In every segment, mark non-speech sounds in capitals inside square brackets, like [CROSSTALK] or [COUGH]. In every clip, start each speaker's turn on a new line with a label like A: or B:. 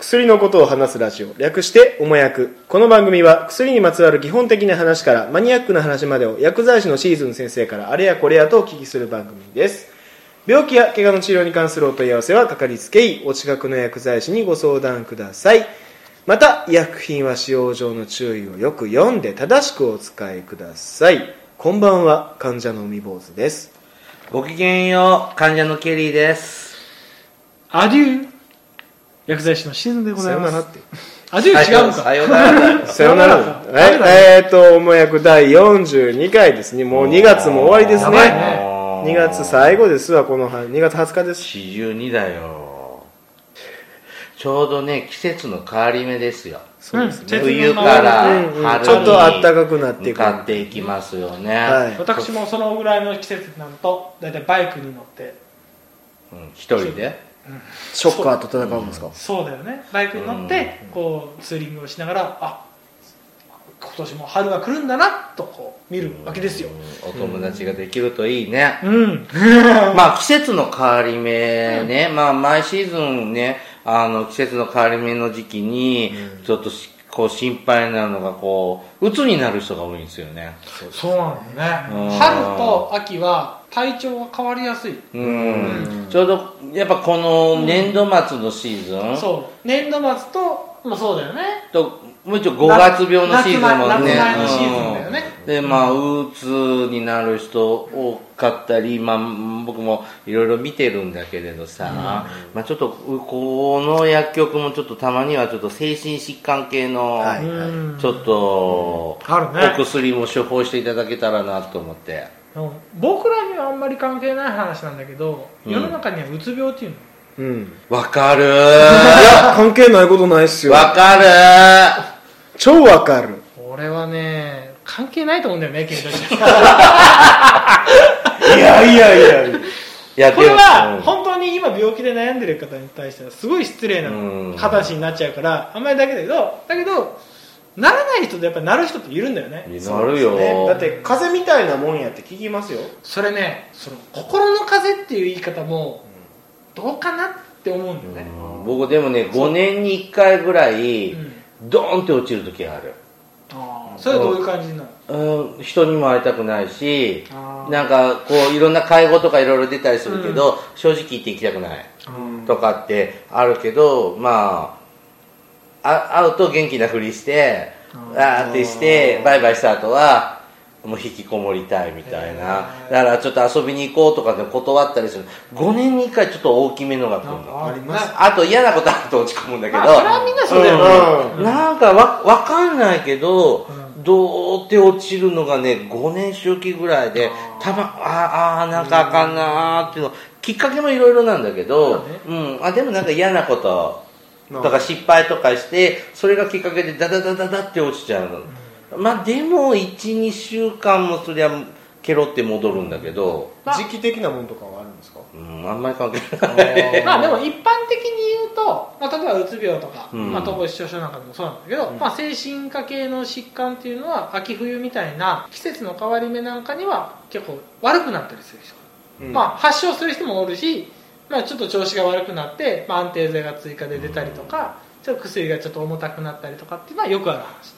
A: 薬のことを話すラジオ略しておもやくこの番組は薬にまつわる基本的な話からマニアックな話までを薬剤師のシーズン先生からあれやこれやとお聞きする番組です病気や怪我の治療に関するお問い合わせはかかりつけ医お近くの薬剤師にご相談くださいまた医薬品は使用上の注意をよく読んで正しくお使いくださいこんばんは患者の海坊主です
B: ごきげんよう、患者のケリーです。
C: アデュー薬剤師のシーズンでご
A: さ
C: ざい
A: よ
C: ま
A: なら
C: す
A: って
C: アデュー違うの
B: さ
C: か
B: ような
A: [LAUGHS]
B: ら。
A: さよなら
C: さよなら
A: ええーっと、おもやく第42回ですね。もう2月も終わりですね。
C: やばい
A: 2
C: ね
A: 月最後ですわ、この2月20日ですし。
B: 四十二だよ。ちょうどね、季節の変わり目ですよ。
A: そうですね。
C: うん
B: 冬から
A: うんうん
B: 春に、
A: ちょっと暖かくなってい
B: 向
A: く
B: かっていきますよね。
A: はい
C: 私もそのぐらいの季節になると大体バイクに乗って
B: うん一人で。
A: ショッカーと戦うんですか
C: そうだよねバイクに乗ってこうツーリングをしながらあ今年も春が来るんだなとこう見るわけですよ
B: うん。お友達ができるといいね。
C: うん
B: まあ季節の変わり目ね、まあ毎シーズンね、あの季節の変わり目の時期に、ちょっとしこう心配なのがこう、鬱になる人が多いんですよね。
C: そうなんだ
B: うん
C: ね春と秋は体調が変わりやすい
B: うん、ちょうどやっぱこの年度末のシーズン、
C: そう年度末とまあそうだよね
B: ともう一応5月病のシーズンもね
C: 夏前のシーズンだよね
B: うんでまあうつになる人多かったり、まあ、僕もいろいろ見てるんだけれどさ、まあ、ちょっとこの薬局もちょっとたまにはちょっと精神疾患系の、
A: は
C: う
A: い
C: ん
B: ちょっと、
C: あるね
B: お薬も処方していただけたらなと思って
C: 僕らにはあんまり関係ない話なんだけど、
B: うん
C: 世の中にはうつ病っていうの
A: うん。
B: わかる
A: いや、関係ないことないっすよ。
B: わかる
A: 超わかる。
C: 俺はね関係ないと思うんだよね君たち
A: いやいやいや。
B: いや
C: これ
B: で
C: は
B: も
C: 本当に今病気で悩んでる方に対してはすごい失礼な
B: うん
C: 形になっちゃうからあんまりだけだけどだけどならない人とやっぱなる人っているんだよね
B: なるよ、
A: ねだって、風邪みたいなもんやって聞きますよ。
C: それねその心の風邪っていう言い方もどうかなって思うんだよね、
B: 僕でもね5年に1回ぐらい、
C: うん
B: ドーンって落ちる時がある、
C: あーそれはどういう感じなの
B: うん、人にも会いたくないし
C: あー
B: なんかこういろんな会合とかいろいろ出たりするけど、正直言って行きたくないとかってあるけどまああ会うと元気なふりしてあーってしてバイバイした後はもう引きこもりたいみたいなだからちょっと遊びに行こうとかで断ったりする5年に1回ちょっと大きめのが来るの
A: あります
B: あと嫌なことあると落ち込むんだけど、
C: まあそれはみんなそうだよね
A: うん
B: なんかわわかんないけど、
C: う
B: どうって落ちるのがね5年周期ぐらいでたまあーあーなんかあかんなーっていうのきっかけもいろいろなんだけど
C: そうだね
B: うん、あでもなんか嫌なこととか失敗とかしてそれがきっかけでダダダダダって落ちちゃうの、まあでも12週間もそりゃケロって戻るんだけど、
A: 時期的なもんとかはあるんですか
B: うん、あんまり関係ない
C: まあでも一般的に言うと、まあ、例えばうつ病とか、
B: うん
C: まあ、統合失調症なんかでもそうなんだけど、まあ、精神科系の疾患っていうのは秋冬みたいな季節の変わり目なんかには結構悪くなったりする人、まあ、発症する人もおるし、まあ、ちょっと調子が悪くなって、まあ、安定剤が追加で出たりとか、ちょっと薬がちょっと重たくなったりとかっていうのはよくある話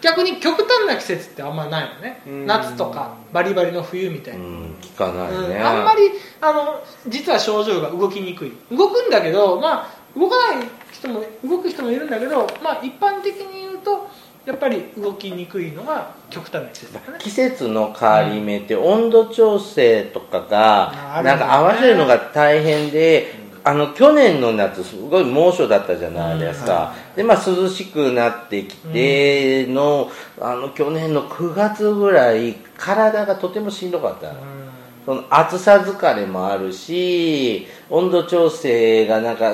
C: 逆に極端な季節ってあんまないのね、
A: うん
C: 夏とかバリバリの冬みたいな、
B: うん、うん、聞かない
C: うん
B: ね、
C: あんまりあの実は症状が動きにくい動くんだけど、まあ、動かない人も動く人もいるんだけど、まあ、一般的に言うとやっぱり動きにくいのが極端な季節だね
B: 季節の変わり目って温度調整とかが
C: ある
B: な
C: よ
B: ん
C: ね
B: か合わせるのが大変であの去年の夏すごい猛暑だったじゃないですかでまあ涼しくなってきてのあの去年の9月ぐらい体がとてもしんどかったのその暑さ疲れもあるし温度調整がなんか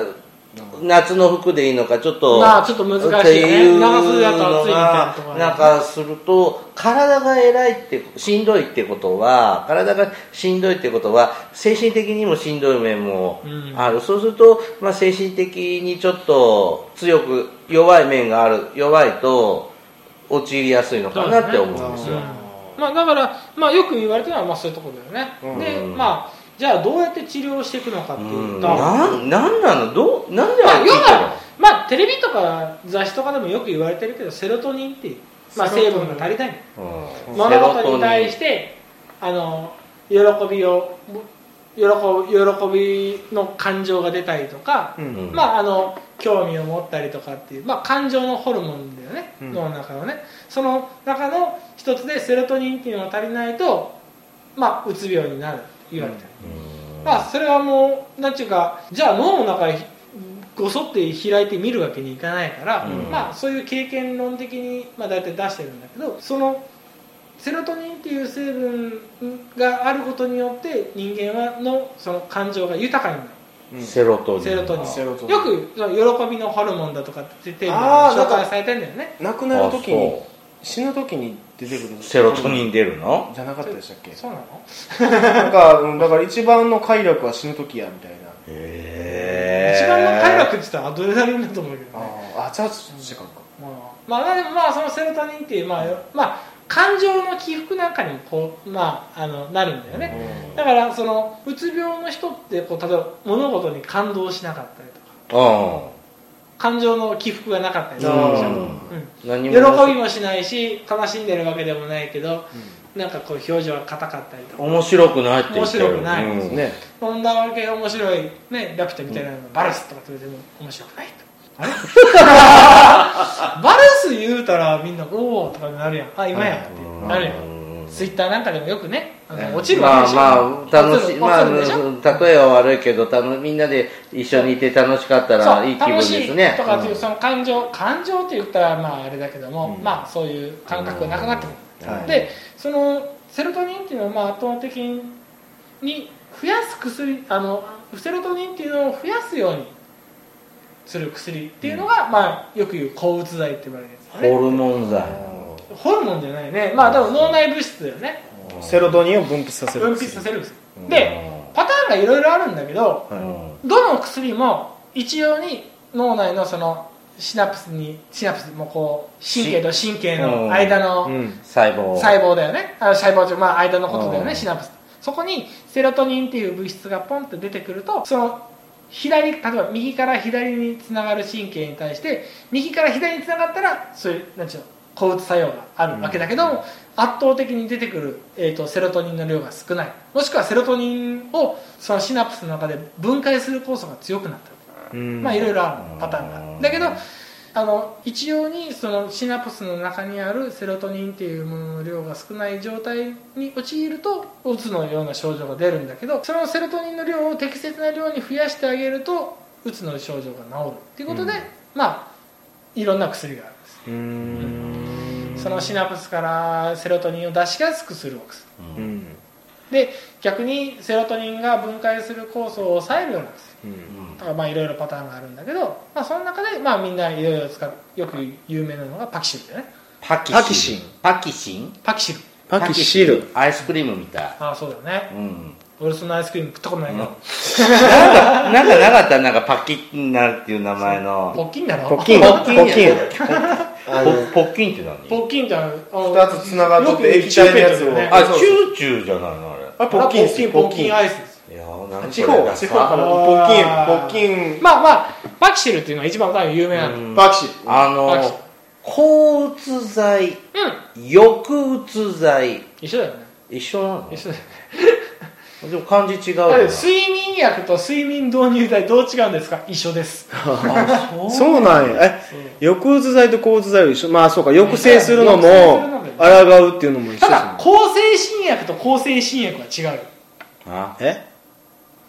B: 夏の服でいいのかちょっと、
C: まあちょっと難しいね
B: っていう
C: 長袖だと暑いみたいなところ
B: の
C: が
B: が
C: ね
B: なんかすると体が偉いってしんどいってことは体がしんどいってことは精神的にもしんどい面もある、そうすると、まあ、精神的にちょっと強く弱い面がある弱いと陥りやすいのかなって思うんですよ、
C: まあ、だから、まあ、よく言われてるのは、まあ、そういうところだよね、で、まあ、じゃあどうやって治療していくのかって
B: う
C: い
B: ん
C: うと、
B: なんなんなのどうなんで
C: まあ、
B: あれ聞い
C: 要
B: てるの
C: はまあテレビとか雑誌とかでもよく言われてるけどセロトニンっていう、まあ、
A: セロ
C: 成
A: トニン
C: 分が足りない
B: うん
C: 物事に対してあの喜びを喜び喜びの感情が出たりとか、
A: うん
B: うん
C: まああの興味を持ったりとかっていう、まあ、感情のホルモンだよね、
A: うん
C: 脳の中のねその中の一つでセロトニンっていうのが足りないと、まあ、うつ病になるって言われてる、
B: うん
C: まあそれはもうなんていうかじゃあ脳の中へごそって開いて見るわけにいかないから、
B: うん
C: まあそういう経験論的に、まあ、大体出してるんだけどそのセロトニンっていう成分があることによって人間はのその感情が豊かになる
A: うん
B: セロトニン
C: セロトニン
A: セロトニン
C: よくその喜びのホルモンだとかってテー
A: あ
C: マ
A: ー
C: で
A: なん
C: 紹
A: か
C: 介されてんだよね
A: 亡くなる
B: あ
A: 時に
B: そ
A: 死ぬ時に出てくる
B: うセロトニン出るの
A: じゃなかったでしたっけ
C: そうなの
A: なんかうんだから一番の快楽は死ぬ時やみたいな
B: へー
C: 一番の快楽って言ったらアドレナリンだと思うけどね
A: ああじゃあ時間か
C: まあ、まあ、でもまあそのセロトニンっていう、まあよまあ、感情の起伏なんかにもこう、まあ、あのなるんだよ
A: う
C: ね、
A: ん
C: だからそのうつ病の人ってこう例えば物事に感動しなかったりとか
B: う
C: 感情の起伏がなかったりする
A: うん
C: でし
B: ん
C: ょ、うん
B: うん何も
C: 喜びもしないし悲しんでるわけでもないけどなんかこう表情が硬かったりとか
B: 面白くないって言ってる
C: 面白くない
B: うん
A: ね
C: こんなわけ面白いねラピュタみたいなのバルスとかと言っても面白くないとあれバルス言うたらみんなおおとかになるやんあ今やんって
B: うん
C: なるやんツイッターなんかでもよくね、あの落ちるわ
B: ま
C: け
B: あ
C: でしょ。
B: まあ楽しいまあ
C: 落ちる
B: うん例えは悪いけどたのみんなで一緒にいて楽しかったらいい気分
C: 楽
B: で
C: しい
B: すね
C: とかっていうう、
B: ん
C: その感情、感情って言ったら、まああれだけども、
A: うん
C: まあそういう感覚がなくなってく
A: うんは
C: る。
A: い
C: で、そのセロトニンっていうのは、まあ圧倒的に増やす薬、あの、セロトニンっていうのを増やすようにする薬っていうのが、まあよく言う抗うつ剤って言われるやつだね。
B: ホルモン剤
C: ホルモンじゃないね。まあ多分脳内物質だよね。
A: うんセロトニンを分泌させる
C: 分泌させる薬。
B: うん
C: で、パターンがいろいろあるんだけど、
B: う
A: は
B: ん
C: どの薬も一様に脳内のそのシナプスにシナプスもこう神経と神経の間
A: い
C: の
A: ん
B: 細胞
C: 細胞だよねあ細胞というまあ間のことだよ
B: う
C: ね
B: ん
C: シナプスそこにセロトニンっていう物質がポンって出てくるとその左例えば右から左につながる神経に対して右から左につながったらそういうなんちゅうの抗うつ作用があるわけだけども、圧倒的に出てくる、えー、とセロトニンの量が少ないもしくはセロトニンをそのシナプスの中で分解する酵素が強くなった
A: うん
C: まあいろいろあ
B: うん
C: るパターンがあるだけどあの一様にそのシナプスの中にあるセロトニンっていうものの量が少ない状態に陥るとうつのような症状が出るんだけどそのセロトニンの量を適切な量に増やしてあげるとうつの症状が治るっていうことで、
A: うん
C: まあいろんな薬があるんです
A: うん
C: そのシナプスからセロトニンを出しやすくするお薬
A: う
B: う
A: んん
C: で逆にセロトニンが分解する酵素を抑えるような薬
A: うん
C: だからまあいろいろパターンがあるんだけど、まあ、その中でまあみんないろいろ使うよく有名なのがパキシルだよね
B: パ
A: パキシン
B: パキシン
C: パキシル
A: パキシル
B: アイスクリームみたい
C: ああそうだよね
B: うん
C: 俺そのアイスクリーム食ったことないけど、
B: うんなんかなかったなんかパキンなんていう名前の
C: ポッキンだろ
A: ポッキン
B: ポッキン
A: ポッキンあの
B: ポポッキンって何
C: ポッキンってあの
A: 二つ繋がっとって
C: よく
A: 液体のやつを
C: よく言うけどね
B: あ
A: そうそう
B: チューチューじゃないのあれ
A: あ
C: ポ
A: ポッ
C: ッ
A: キ
C: キ
A: ン
C: ン
A: で
C: ポッ
A: すよ
C: キンポッキンアイスです
B: いやーなんか
A: 地方地方かなポッキンポッキン
C: まあまあパキシルっていうのが一番多分有名なのうん、
A: パキシル
B: あ
C: パキシン
B: の抗うつ剤抑うつ剤
C: 一緒だよね
B: 一緒なの
C: 一緒だよね
B: でも漢字違うよな
C: だけど睡眠薬と睡眠導入剤どう違うんですか一
A: [LAUGHS]
C: 緒です
B: あそう
A: そうなんやえ抑うつ剤と抗うつ剤を一緒まあそうか抑制するのも
C: 抑制するのも
A: 抗うっていうのも一緒
C: た
A: です
C: だ
A: ね
C: 抗精神薬と抗精神薬は違うよ
B: あ
A: え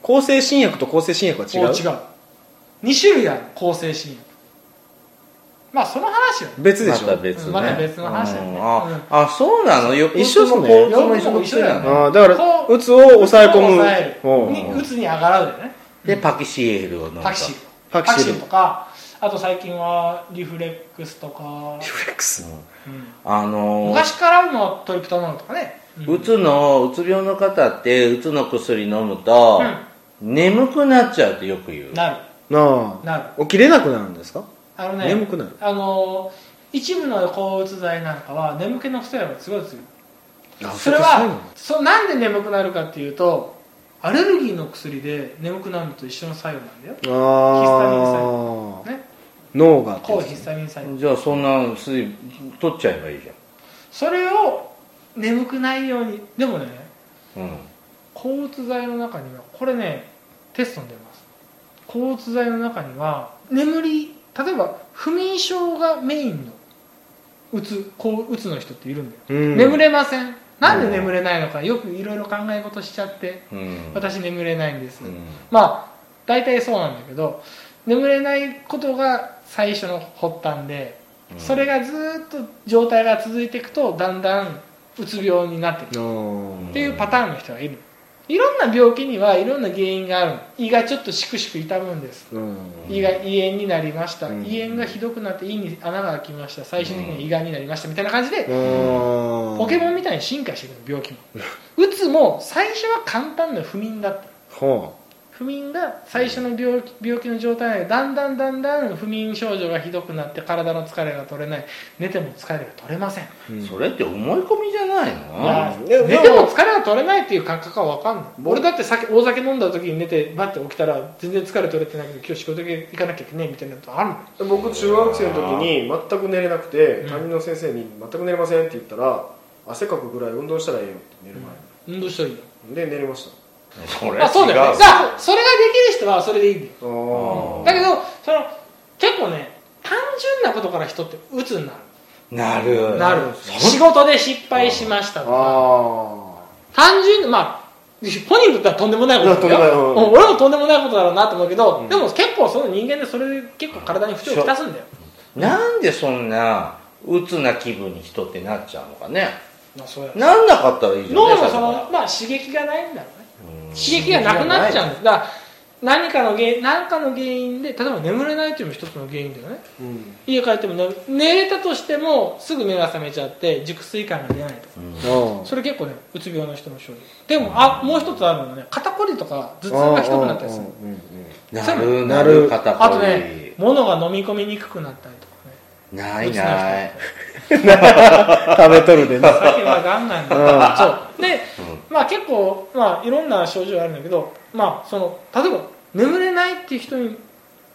A: 抗精神薬と抗精神薬は違う
C: 違う2種類ある抗精神薬まあその話よ
A: 別でし
B: また
A: ょ、
B: 別ね
C: また別の話だね
B: うんああそうなの抑うつ
A: 一緒っす
B: も
A: ね
B: 抗うつも一緒一緒な
C: た
B: の
A: ああだから
C: こう
A: うつを抑え込む
C: 抑え
A: うん
C: るにうつに上がらうだよね
B: でパキシエールを飲んだ
C: パキシル
A: パキシル
C: とかあと最近はリフレックスとか、
A: リフレックス
C: うん
B: あのー
C: 昔からのトリプタノールとかね
B: うつのうつ病の方ってうつの薬飲むと眠くなっちゃうってよく言う
C: なる
A: な
C: なる
A: あ起きれなくなるんですか
C: あのね
A: 眠くなる
C: あの一部の抗うつ剤なんかは眠気の副作用がすごい強い
A: あ
C: それ
A: そうな
C: は
A: の
C: そなんで眠くなるかっていうとアレルギーの薬で眠くなるのと一緒の作用なんだよヒスタミン作
A: ああ
C: ね
A: 脳が
C: 抗ヒスタミン酸
B: じゃあそんな水分取っちゃえばいいじ
C: それを眠くないようにでもね
B: ゃんうん
C: 抗うつ剤の中にはこれねテストに出ます抗うつ剤の中には眠り例えば不眠症がメインのうつこううつの人っているんだよ、
A: うん
C: 眠れませんなんで眠れないのかよくいろいろ考え事しちゃって
B: うん
C: 私眠れないんです、
B: うん
C: まあ大体そうなんだけど眠れないことが最初の発端でそれがずーっと状態が続いていくとだんだんうつ病になっていく
A: あー
C: っていうパターンの人がいるいろんな病気にはいろんな原因があるの胃がちょっとしくしく痛むんです
A: うん
C: 胃が胃炎になりました、
A: うん
C: 胃炎がひどくなって胃に穴が開きました最終的に胃がんになりましたみたいな感じで、
A: あ
C: ポケモ
A: ン
C: ンみたいに進化していくの病気もうつも最初は簡単な不眠だった
A: は
C: 不眠が最初の病気病気の状態でだんだんだんだん不眠症状がひどくなって体の疲れが取れない寝ても疲れが取れません
A: あうん
B: それって思い込みじゃない
C: いや
B: の
A: でも
C: 寝ても疲れが取れないっていう感覚は分かんない俺だって酒大酒飲んだ時に寝てバッて起きたら全然疲れ取れてないけど今日仕事行かなきゃいけないみたいなことあるの
A: 僕中学生の時に全く寝れなくて
C: うん
A: 担任の先生に「全く寝れません」って言ったら「汗かくぐらい運動したらええよ」って寝る
C: 運動したらいいよ
A: 前にで寝れました
B: それ
C: あそうだよ
B: 違
C: ね
B: う
C: だからそれができる人はそれでいいんだよ
A: あー
C: だけどその結構ね単純なことから人って鬱にな
B: なる
C: るなる
B: そ
C: 仕事で失敗しましたとか
A: あ
C: 単純にまあ本人にとってはとんでもないことだ
A: いやとんで
C: よ
A: もない
C: うん俺もとんでもないことだろうなと思うけど、
A: うん
C: でも結構その人間でそれで結構体に不調をきたすんだよ
B: なんでそんな鬱な気分に人ってなっちゃうのかね
C: まあそうや
B: なんなかったらいいじゃん
C: 脳の
B: 最
C: そ
B: 初
C: の
B: から、
C: まあ、刺激がないんだろうね
B: うん
C: 刺激がなくなっちゃうんですだから何かの原因何かの原因で例えば眠れないというのも一つの原因だよね
A: ーうん
C: 家帰っても眠寝れたとしてもすぐ目が覚めちゃって熟睡感が出ないとか
B: うん
A: あ
C: それ結構ねうつ病の人の症状でもあもう一つあるのはね肩こりとか頭痛がひどくなったりする
A: うんうんうん
B: なる
A: な
B: な
A: る
B: る肩こり
C: あとね物が飲み込みにくくなったりとかね
B: ないない
A: 食べとるでね
C: 酒はガンガン飲むそうでまあ結構、まあ、いろんな症状があるんだけど、まあ、その例えば眠れないっていう人に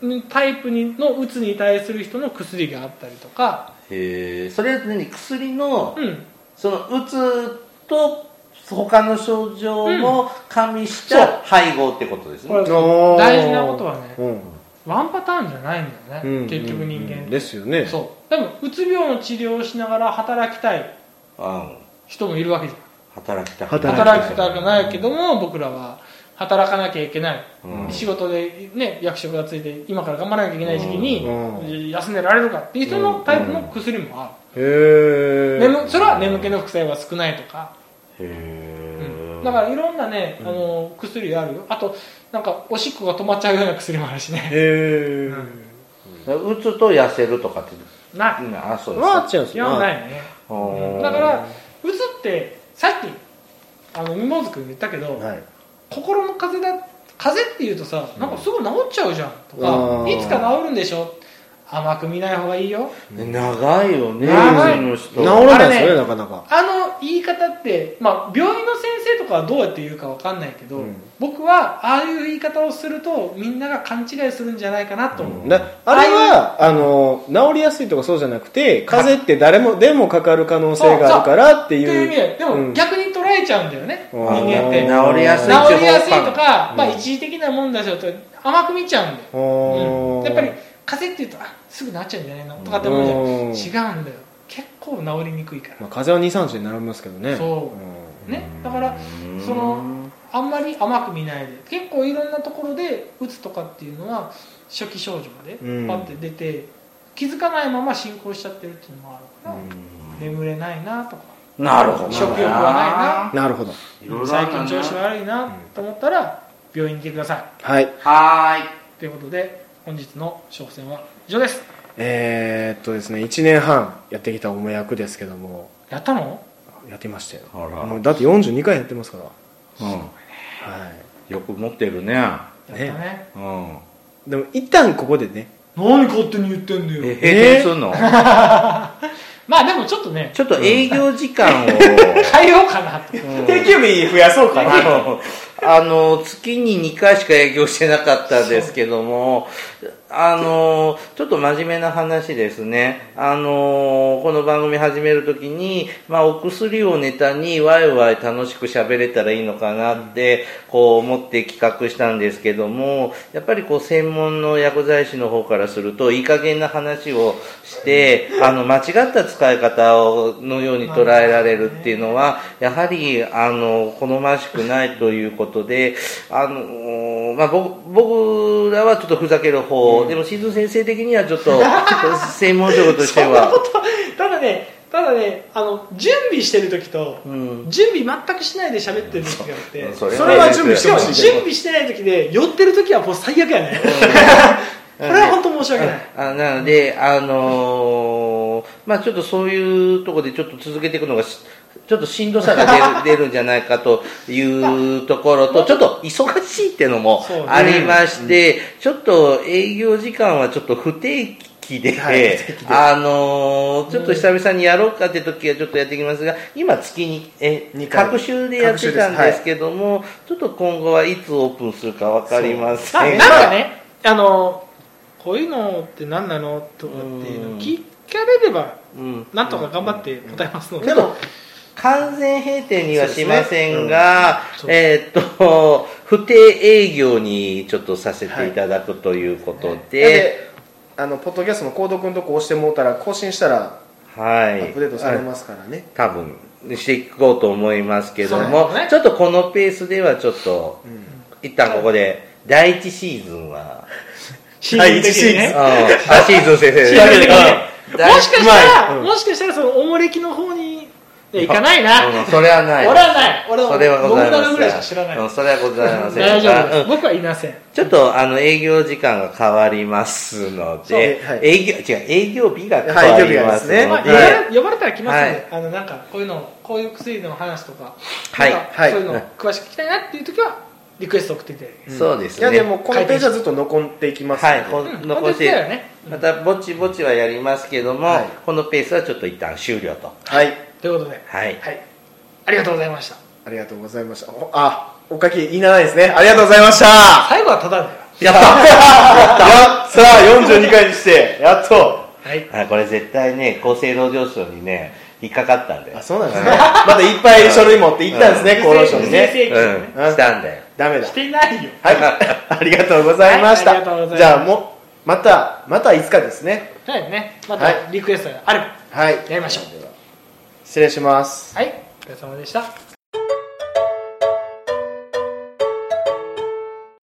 C: にタイプにのうつに対する人の薬があったりとか、
B: へえそれは何薬の
C: うん、
B: そのうつと他の症状も加味した配合ってことですね、
C: これ大
A: 大
C: 事なことはね
A: うん
C: ワンパターンじゃないんだよ
A: う
C: ね、
A: ん
C: 結局人間って、
A: うんですよね
C: そうでもうつ病の治療をしながら働きたい
B: うん
C: 人もいるわけじゃ
B: 働きたく
C: ん
A: 働きたい
C: 働きたくないけども僕らは働かなきゃいけない、
B: うん
C: 仕事で、ね、役職がついて今から頑張らなきゃいけない時期に、
A: うん
C: 休んでられるかっていう人のタイプの薬もある、
A: へえ
C: 眠それは眠気の副作用が少ないとか、
B: へえ、
C: だからいろんなね、あの薬があるよあとなんかおしっこが止まっちゃうような薬もあるしね
A: へ
C: [LAUGHS]
A: え
B: うつと痩せるとかって、
C: な
B: うんあそうです
A: まあちゃうん
C: い
A: す
C: 基本ないね
B: うん
C: だからうつってさっきあのみもずくん言ったけど、
A: はい
C: 心の風邪だ風邪っていうとさなんかすぐ治っちゃうじゃんとか、
A: うん
C: いつか治るんでしょ甘く見ない方がいいよ
B: 長いよね
C: 長い
B: の
A: 治
B: 人
A: らないです
C: あ
A: よね
C: れね
A: なかなか
C: あの言い方って、まあ、病院の先生とかはどうやって言うかわかんないけど、
A: うん
C: 僕はああいう言い方をするとみんなが勘違いするんじゃないかなと思う、
B: うん
A: なあれはあの治りやすいとかそうじゃなくて風邪って誰もでもかかる可能性があるからって
C: という意味
A: いう
C: ででも、
A: うん
C: 逆に捉えちゃうんだよね人
A: うん
C: 間って
A: な
B: 治りやすい
C: 治りやすいとか、
A: うん
C: まあ、一時的なもんだしと甘く見ちゃうんだよ、
A: お
C: うん
A: ー
C: やっぱり風邪っていうとあすぐ治っちゃうんじゃないのとかって思うじゃん、
A: うん
C: 違うんだよ結構治りにくいから、
A: まあ風邪は23日で治りますけどね
C: そねだから
B: うん
C: そのあんまり甘く見ないで結構いろんなところでうつとかっていうのは初期症状で
A: うん
C: パッて出て、気づかないまま進行しちゃってるっていうのもあるから、眠れないなとか
B: なるほど
C: 食欲は
A: うんなるほど
B: いろいろあ
C: 最
B: るな
C: 近調子悪いなと思ったら病院に行ってください
A: はい
B: はーい
C: ということで本日の挑戦は以上です
A: えーっとですね1年半やってきたおもやくですけども
C: やったの
A: やってましたよ
B: あら
A: もうだって42回やってますから
B: う
A: はい
B: ん、よく持ってるね、
C: やったね
B: うん、
A: でも一旦ここでね
C: 何勝手に言ってんだ
B: え閉
A: え
B: 店する [LAUGHS] の、
C: まあでもちょっとね
B: ちょっと営業時間を、
C: 変えようかなと、
A: 定休日増やそうか
B: あのあの月に2回しか営業してなかったんですけどもあのーちょっと真面目な話ですね。あのーこの番組始めるときに、まあ、お薬をネタにワイワイ楽しく喋れたらいいのかなって、こう思って企画したんですけども、やっぱりこう専門の薬剤師の方からすると、いい加減な話をして、あの、間違った使い方を、のように捉えられるっていうのは、やはり、あの、好ましくないということで、あの、まあ、僕、僕らはちょっとふざける方、でも、シーズン先生的にはちょっと、専門職として
C: そんなこ
B: は、
C: とただねただねあの準備してる時と、
B: うん
C: 準備全くしないで喋ってる時があって
B: そ
A: それは準備し
C: してか
A: ほ
C: も
A: しいけど
C: 準備してない時で寄ってる時はもう最悪やねこれは本当申し訳ない
B: あなので、あのーまあちょっとそういうところでちょっと続けていくのがし、ちょっとしんどさが
A: [LAUGHS]
B: 出る出るんじゃないかというところと、ちょっと忙しいっていうのも
C: そうね
B: ありまして、ちょっと営業時間はちょっと不定期で、
A: はい不定期で
B: あのーちょっと久々にやろうかって時はちょっとやってきますが、今月に、え
A: 二、回
B: 各週でやってたんですけども、ちょっと今後はいつオープンするかわかりませ
C: なん
B: ん
C: かなんかねあのこういうのって何なのとかっていうのを聞かれれば
B: うん
C: なんとか頑張って答えますので、
B: でも完全閉店にはしませんが、
C: そうで
B: えーっと、不定営業にちょっとさせていただくということで、
A: であのポッドキャストの購読のとこ押してもうたら更新したら
B: は
A: ア
B: い。
A: ップデートされますからね、
B: 多分、していこうと思いますけど
C: そう
B: も、
C: ですね
B: ちょっとこのペースではちょっと、一旦ここで、第一シーズンは、
C: シーズン的に
B: うん
C: ね
B: あ、シーズン先生
C: シ
B: で
C: ーズン的にね
B: うん
C: もしかした
A: うまい
C: ら、
A: うん
C: もしかしたらそのおもれきの方にいや行かないな、
B: うんそれはない。
C: 俺はない俺は
B: それはございま
C: ノーマ
B: せん。
C: ルぐらいしか知らない
B: うんそれはございません。
C: 大丈夫で
B: うん
C: す僕はいません
B: ちょっとあの営業時間が変わりますので、
A: そうはい
B: 営業違う営業日が変
A: はい
B: わ
A: 営業
B: り
A: 日が
B: ま
A: ですす
B: の
A: ね
B: で、
C: まあ、呼ば
B: は
C: れ呼ばれたら来ますので、
B: はい
C: あのなんかこういうのこういう薬の話とか,、
B: はい
C: なんか
A: はい
C: そういうの詳しく聞きたいなっていう時はリクエスト送っていただいて、
B: いそうです
A: いや
B: ね。
A: でもこのページはずっと残っていきますの
B: は
A: で
B: い、こ
C: うん
B: 残し
C: 本当にそうだよ
B: て
C: ね、
B: またぼちぼちはやりますけども、
A: はい
B: このペースはちょっと一旦終了と。
A: はい、
C: ということで、
A: [LAUGHS]
B: はい。
C: はい、ありがとうございました
A: ありがとうございましたおあおかきいらないですねありがとうございました
C: 最後はただだよ
B: やった
A: やさあ42回にしてやっと
C: はい
B: あこれ絶対ね、厚生労働省にね、引っかかったんだよ。
A: あそうなんですねまたいっぱい書類持って行ったんですね厚労省に
C: 不正
A: ね
C: 請求ね
B: うん、したんだよ。
A: ダメだ
C: していないよ
B: [LAUGHS]
A: はいありがとうございました、
C: はいありがとうございます
A: じゃあもうまたまたいつかですね
C: だよねま
A: は
C: たリクエストがあれば
A: はい
C: やりましょう
A: 失礼します
C: はいお疲れ様でした